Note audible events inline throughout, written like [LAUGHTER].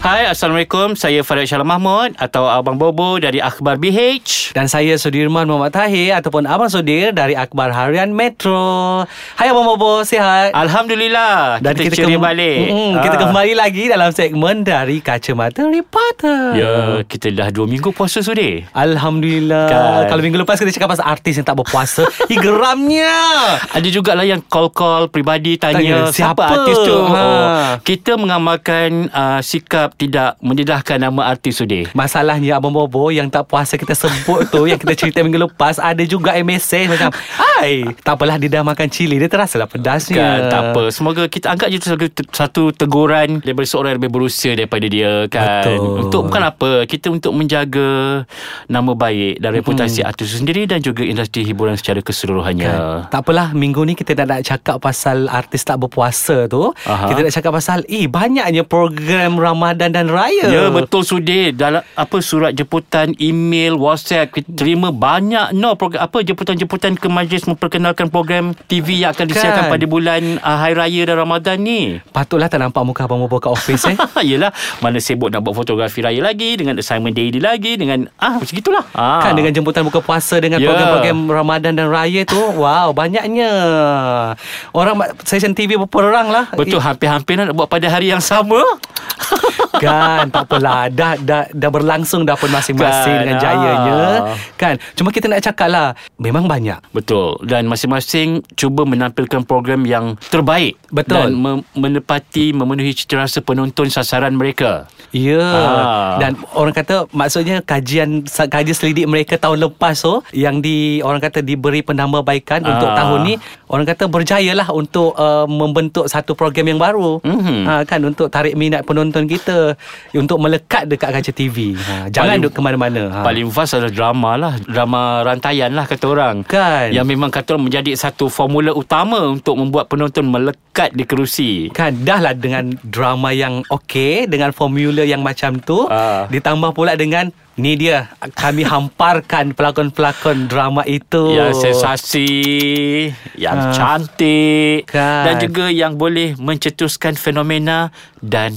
Hai, Assalamualaikum. Saya Farid Shalom Mahmud atau Abang Bobo dari Akhbar BH. Dan saya Sudirman Muhammad Tahir ataupun Abang Sudir dari Akhbar Harian Metro. Hai Abang Bobo, sihat? Alhamdulillah, Dan Ah, kita, kita ceria kem- balik. Ah. Mm, Kita kembali lagi dalam segmen dari Kacamata Reporter. Ya, kita dah dua minggu puasa sudah. Alhamdulillah. Kan. Kalau minggu lepas kita cakap pasal artis yang [LAUGHS] tak berpuasa, Ih geramnya. Ada jugalah yang call-call pribadi tanya, Tanya, siapa? artis tu. Ha. Oh, kita mengamalkan uh, sikap tidak mendedahkan nama artis sudah. Masalahnya Abang Bobo Yang tak puasa kita sebut tu Yang kita cerita minggu lepas Ada juga yang mesej Macam Hai Tak apalah dia dah makan cili Dia terasalah pedasnya Kan, tak apa. Semoga kita anggap je tu satu, satu teguran daripada seorang yang lebih berusia daripada dia kan. Betul. Untuk bukan apa, kita untuk menjaga nama baik dan reputasi artis itu sendiri dan juga industri hiburan secara keseluruhannya. Hmm. Kan? Tak apalah Minggu ni kita dah nak cakap Pasal artis tak berpuasa tu Aha. Kita nak cakap pasal Eh banyaknya program Ramadan dan Raya Ya betul Sudir Dalam apa surat jemputan Email WhatsApp Kita terima banyak No program Apa jemputan-jemputan Ke majlis Memperkenalkan program TV Yang akan disiarkan Kan. pada bulan uh, Hari Raya dan Ramadan ni Patutlah tak nampak muka Abang Bobo kat office eh Yelah Mana sibuk nak buat fotografi raya lagi Dengan assignment daily lagi Dengan Ah macam itulah [LAUGHS] ah. Kan dengan jemputan buka puasa Dengan Ya. program-program Ramadan dan Raya tu Wow banyaknya Orang session TV berperang lah Betul hampir-hampir nak buat pada hari yang sama [LAUGHS] Kan Tak apalah dah, dah, dah berlangsung dah pun masing-masing Kan, Dengan ah. jayanya Kan Cuma kita nak cakap lah Memang banyak Betul Dan masing-masing Cuba menampilkan program yang terbaik Betul. Dan mem- menepati Memenuhi citerasa penonton Sasaran mereka Ya Ah. Dan orang kata Maksudnya kajian Kajian selidik mereka tahun lepas tu Yang di Orang kata diberi penambahbaikan Ah. Untuk tahun ni Orang kata berjayalah Untuk uh, membentuk satu program yang baru Mhm. ha, Kan untuk tarik minat penonton kita Untuk melekat dekat kaca TV ha, Jangan Paling- duduk ke mana-mana ha. Paling fast adalah drama lah Drama rantaian lah kata orang Kan. Yang memang kata orang menjadi satu formula utama Untuk membuat penonton melekat di kerusi Kan dah lah dengan drama yang okey Dengan formula yang macam tu Ah. Ditambah pula dengan Ni dia Kami hamparkan pelakon-pelakon drama itu Yang sensasi Yang Oh. Ah. cantik Kan. Dan juga yang boleh mencetuskan fenomena Dan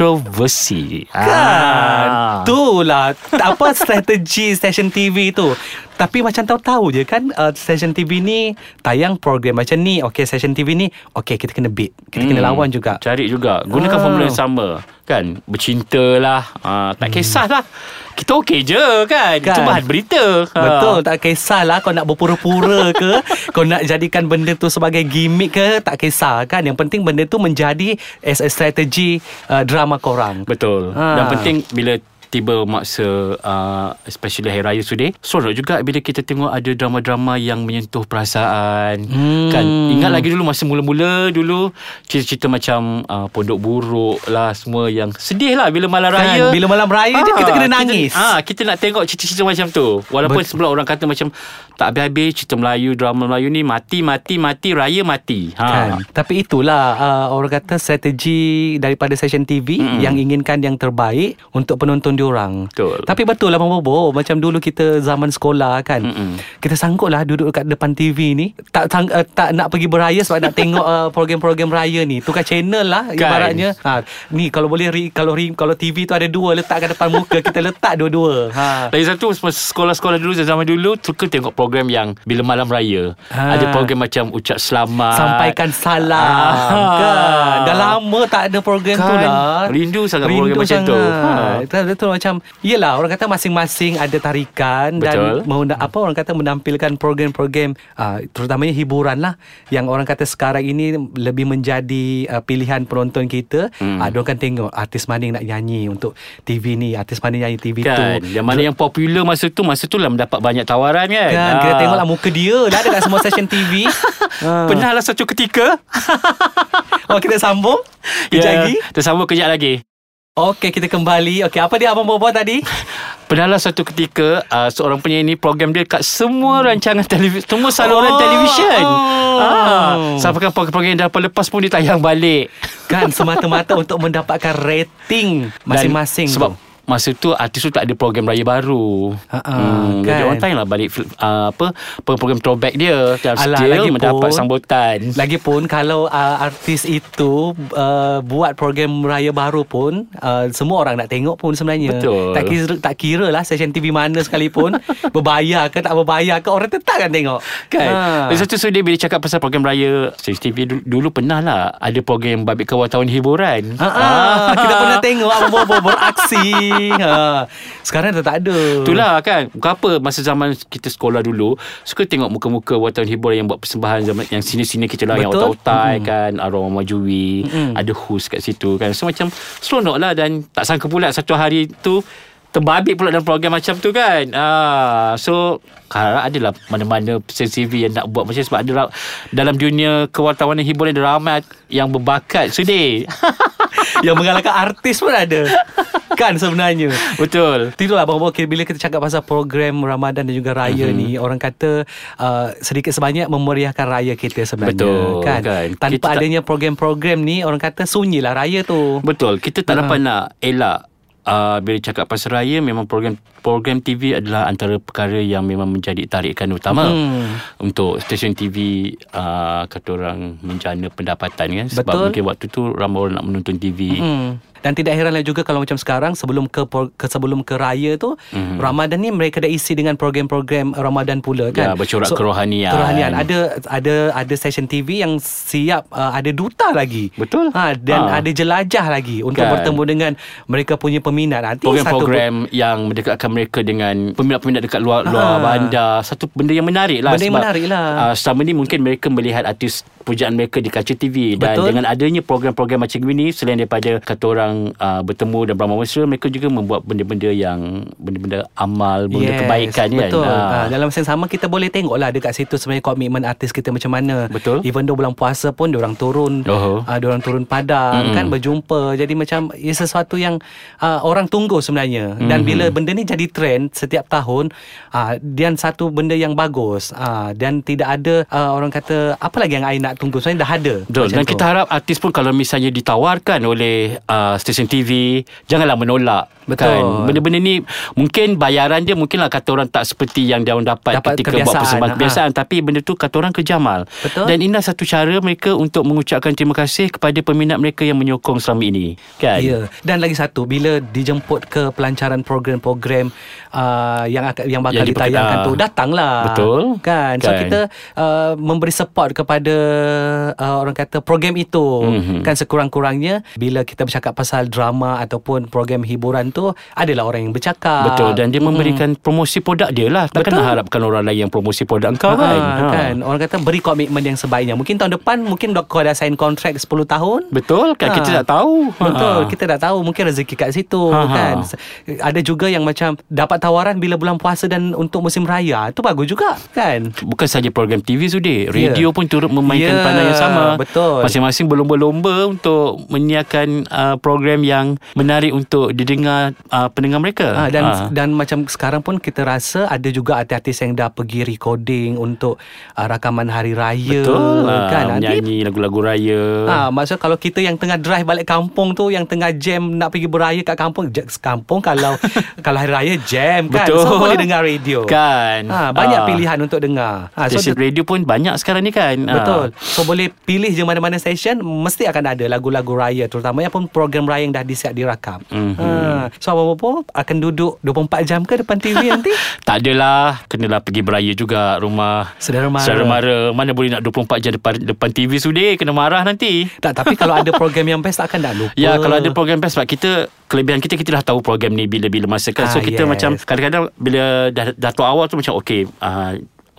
kontroversi Kan Ah. Itulah Apa strategi stesen TV tu Tapi macam tahu-tahu je kan uh, Stesen TV ni Tayang program macam ni Okay stesen TV ni Okay kita kena beat Kita hmm. kena lawan juga Cari juga Gunakan Ah. formula yang sama Kan Bercinta lah ah, Tak kisahlah Kita okey je kan, Hmm. Kan. Itu bahan berita Ah. Betul Tak kisahlah Kau nak berpura-pura [LAUGHS] ke Kau nak jadikan benda tu Sebagai gimmick ke Tak kisah kan Yang penting benda tu Menjadi As a strategi uh, Drama korang Betul. Ha. Ha. Dan penting bila tiba masa uh, especially Hari Raya Sudir sorok juga bila kita tengok ada drama-drama yang menyentuh perasaan Hmm. kan ingat lagi dulu masa mula-mula dulu cerita-cerita macam uh, pondok buruk lah semua yang sedih lah bila malam Kan, raya bila malam raya je kita kena nangis. ah kita nak tengok cerita-cerita macam tu walaupun Betul. sebelum orang kata macam tak habis-habis cerita Melayu drama Melayu ni mati mati mati raya mati ha Kan? Tapi itulah uh, orang kata strategi daripada stesen TV Hmm. mm. yang inginkan yang terbaik untuk penonton diorang. Betul. Tapi betul lah Abang Bobo macam dulu kita zaman sekolah kan. Mm-mm. Kita sanggup lah duduk kat depan TV ni tak sang, uh, tak nak pergi beraya sebab nak tengok [LAUGHS] uh, program-program raya ni. Tukar channel lah Kan? ibaratnya. Ha ni kalau boleh ri, kalau ri, kalau TV tu ada dua letak kat depan muka kita letak dua-dua. Ha. Lagi satu masa Sekolah-sekolah dulu Zaman dulu Suka tengok program yang Bila malam raya Ah. ha. Ada program macam Ucap selamat Sampaikan salam Ah. kan. Dah lama tak ada program tu Kan. dah Rindu sangat program macam tu. Ha. sangat. tu Betul macam Yelah orang kata masing-masing ada tarikan Betul. Dan mengunda- apa orang kata menampilkan program-program uh, Terutamanya hiburan lah Yang orang kata sekarang ini Lebih menjadi uh, pilihan penonton kita hmm. uh, Diorang kan tengok artis mana yang nak nyanyi untuk TV ni Artis mana yang nyanyi TV Kan tu Yang mana yang popular masa tu Masa tu lah mendapat banyak tawaran kan Kan Ah. kita tengoklah muka dia lah dekat semua [LAUGHS] stesen TV Ah. Pernahlah satu ketika [LAUGHS] Oh kita sambung Kejap Ya, lagi Tersambung kejap lagi Okey, kita kembali. Okey, apa dia abang [LAUGHS] bawa tadi? Pernahlah satu ketika uh, Seorang penyanyi Program dia kat semua rancangan televisyen Semua saluran Oh, televisyen oh. ah, Sampai program-program yang dah lepas pun Dia tayang balik Kan semata-mata untuk mendapatkan rating Dan masing-masing. Sebab tu. masa tu artis tu tak ada program raya baru. Ha, ha, hmm, Jadi kan? orang tanya lah balik fil- uh, apa program throwback dia dan Alah, Lah, still lagipun- mendapat sambutan. Lagipun kalau uh, artis itu uh, buat program raya baru pun uh, semua orang nak tengok pun sebenarnya. Betul. Tak kira tak kira lah stesen TV [LAUGHS] mana sekalipun berbayar ke tak berbayar ke orang tetap akan tengok. Kan ha. Ha. Lepas tu so dia bila cakap pasal program raya Sains TV dulu, dulu pernah lah Ada program Babik Kawal Tahun Hiburan Ha, ha. Kita pernah tengok apa [LAUGHS] beraksi. Ha. Sekarang dah tak ada. Itulah kan Berapa masa zaman kita sekolah dulu Suka tengok muka-muka wartawan hiburan Yang buat persembahan zaman Yang sini-sini kita lah Yang Betul. otak-otak mm-hmm. kan Arwah Majui mm-hmm. Ada host kat situ kan So macam seronok lah Dan tak sangka pula satu hari tu Terbabit pula dalam program macam tu kan ah, So Harap adalah mana-mana Sen CV yang nak buat macam Sebab ada ra- dalam dunia kewartawanan hiburan Ada ramai yang berbakat Sedih Yang mengalahkan artis pun ada. Kan sebenarnya. Betul Itulah abang-abang okay, bila kita cakap pasal program Ramadan dan juga Raya Mhm. mm-hmm. ni orang kata uh, sedikit sebanyak memeriahkan Raya kita sebenarnya Betul, kan. kan. Kita Tanpa tak- adanya program-program ni orang kata sunyilah Raya tu. Betul. Kita tak Ha. dapat nak elak uh, bila cakap pasal raya memang program program TV adalah antara perkara yang memang menjadi tarikan utama hmm. untuk stesen TV uh, kata orang menjana pendapatan kan sebab Betul. mungkin waktu tu ramai orang nak menonton TV. Hmm. Hmm. Dan tidak heranlah juga kalau macam sekarang sebelum ke, por- ke sebelum ke Raya tu mm-hmm. Ramadan ni mereka dah isi dengan program-program Ramadan Hmm. pula Ya, kan. bercorak kerohanian. Kerohanian. Ada ada ada stesen TV yang siap uh, ada duta lagi. Betul. Ha dan Ha. ada jelajah lagi untuk Kan. bertemu dengan mereka punya peminat. Nanti satu Program-program yang mendekatkan mereka dengan peminat-peminat dekat luar luar Ah. bandar. Satu benda yang menarik lah. Benda yang sebab, menarik lah. Uh, selama ni mungkin mereka melihat artis pujaan mereka di kaca TV. Dan Betul. dengan adanya program-program macam ini, selain daripada kata orang uh, bertemu dan beramah mesra, mereka juga membuat benda-benda yang, benda-benda amal, benda kebaikan betul. kan. Betul. Ah. Ha. dalam sense sama kita boleh tengok lah dekat situ sebenarnya komitmen artis kita macam mana. Betul. Even though bulan puasa pun diorang turun. Oh. Uh, diorang turun padang mm. kan berjumpa. Jadi macam ia sesuatu yang uh, orang tunggu sebenarnya. Dan bila benda ni jadi trend setiap tahun uh, dan satu benda yang bagus uh, dan tidak ada uh, orang kata apa lagi yang I nak tunggu sebenarnya dah ada. Betul. Macam Dan tu. kita harap artis pun kalau misalnya ditawarkan oleh uh, stesen TV, janganlah menolak. kan? Betul. Benda-benda ni mungkin bayaran dia mungkinlah kata orang tak seperti yang dia orang dapat, Dapat ketika buat kebiasaan, persembahan ha. kebiasaan. Tapi benda tu kata orang kejamal. Betul. Dan inilah satu cara mereka untuk mengucapkan terima kasih kepada peminat mereka yang menyokong selama ini. Kan? Ya. Dan lagi satu bila dijemput ke pelancaran program-program uh, yang akan yang bakal Yang diperkenal. yang ditayangkan tu datanglah. Betul. Kan. So Kan. kita uh, memberi support kepada uh, orang kata program itu Mhm. mm-hmm. kan sekurang-kurangnya bila kita bercakap pasal drama ataupun program hiburan tu adalah orang yang bercakap. Betul. Dan dia memberikan promosi produk dia lah. Takkan Hmm. Betul. nak harapkan orang lain yang promosi produk kau Ha, kan? Ha. kan orang kata beri komitmen yang sebaiknya mungkin tahun depan mungkin dah- kau dah sign kontrak 10 tahun Betul kan? Kita tak tahu. Ha. Betul Kita tak tahu Mungkin rezeki kat situ Ha, ha. kan S- Ada juga yang macam Dapat tawaran bila bulan puasa Dan untuk musim raya Itu bagus juga kan bukan saja program TV sudah Ya. radio pun turut memainkan Ya, peranan yang sama betul. masing-masing berlomba-lomba untuk menyiarkan uh, program yang menarik untuk didengar uh, pendengar mereka Ah. Ha, dan dan macam sekarang pun kita rasa ada juga artis-artis yang dah pergi recording untuk uh, rakaman hari raya betul kan kan Nanti menyanyi lagu-lagu raya Ah, ha, maksud kalau kita yang tengah drive balik kampung tu yang tengah jam nak pergi beraya kat kampung, j- kampung kalau [LAUGHS] kalau hari raya jam kan. Betul. So boleh dengar radio. Kan. Ha, banyak Ah. pilihan untuk dengar. Ha, stesen the- radio pun banyak sekarang ni kan Ah. Betul. So boleh pilih je mana-mana station mesti akan ada lagu-lagu raya terutamanya pun program raya yang dah disiap dirakam. Mhm. Ha. So apa-apa akan duduk 24 jam ke depan TV [LAUGHS] nanti? Tak adalah Kenalah pergi beraya juga Rumah Saudara mara. Saudara mara Mana boleh nak 24 jam depan, depan TV sudah Kena marah nanti tak, tapi kalau ada program yang best takkan dah lupa. Ya kalau ada program best Sebab kita Kelebihan kita Kita dah tahu program ni Bila-bila masa kan So Ah, kita yes. macam Kadang-kadang Bila dah, dah tahu awal tu Macam okay uh,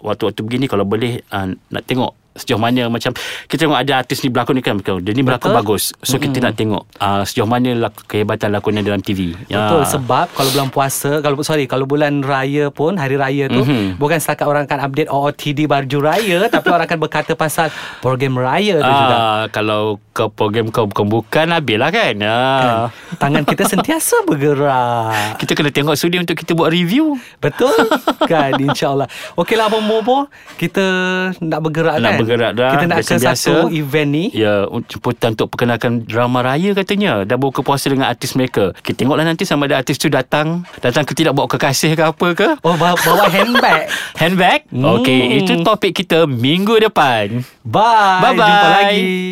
Waktu-waktu begini Kalau boleh uh, Nak tengok Sejauh mana macam Kita tengok ada artis ni berlakon ni kan Dia ni berlakon Betul. bagus So kita nak tengok uh, Sejauh mana laku, Kehebatan lakonnya dalam Ya. TV Betul sebab kalau bulan puasa kalau sorry kalau bulan raya pun hari raya tu Mhm. mm-hmm. bukan setakat orang akan "Oh, [LAUGHS] update OOTD baju raya tapi orang akan berkata pasal program raya tu juga. Ah, kalau kau program kau bukan bukan habislah kan. Ah. Tangan kita sentiasa bergerak. Kita kena tengok sudi untuk kita buat review. Betul kan InsyaAllah Okey lah Abang Bobo Kita nak bergerak Nak kan bergerak dah, Kita nak macam ke biasa. satu event ni Ya, un- jemputan untuk perkenalkan drama raya katanya. Dah buka puasa dengan artis mereka. Kita tengoklah nanti sama ada artis tu datang. Datang ke tidak bawa kekasih ke apa ke. Oh bawa, bawa [LAUGHS] handbag Handbag? Hmm. Okey, itu topik kita minggu depan. Bye Bye-bye. Jumpa lagi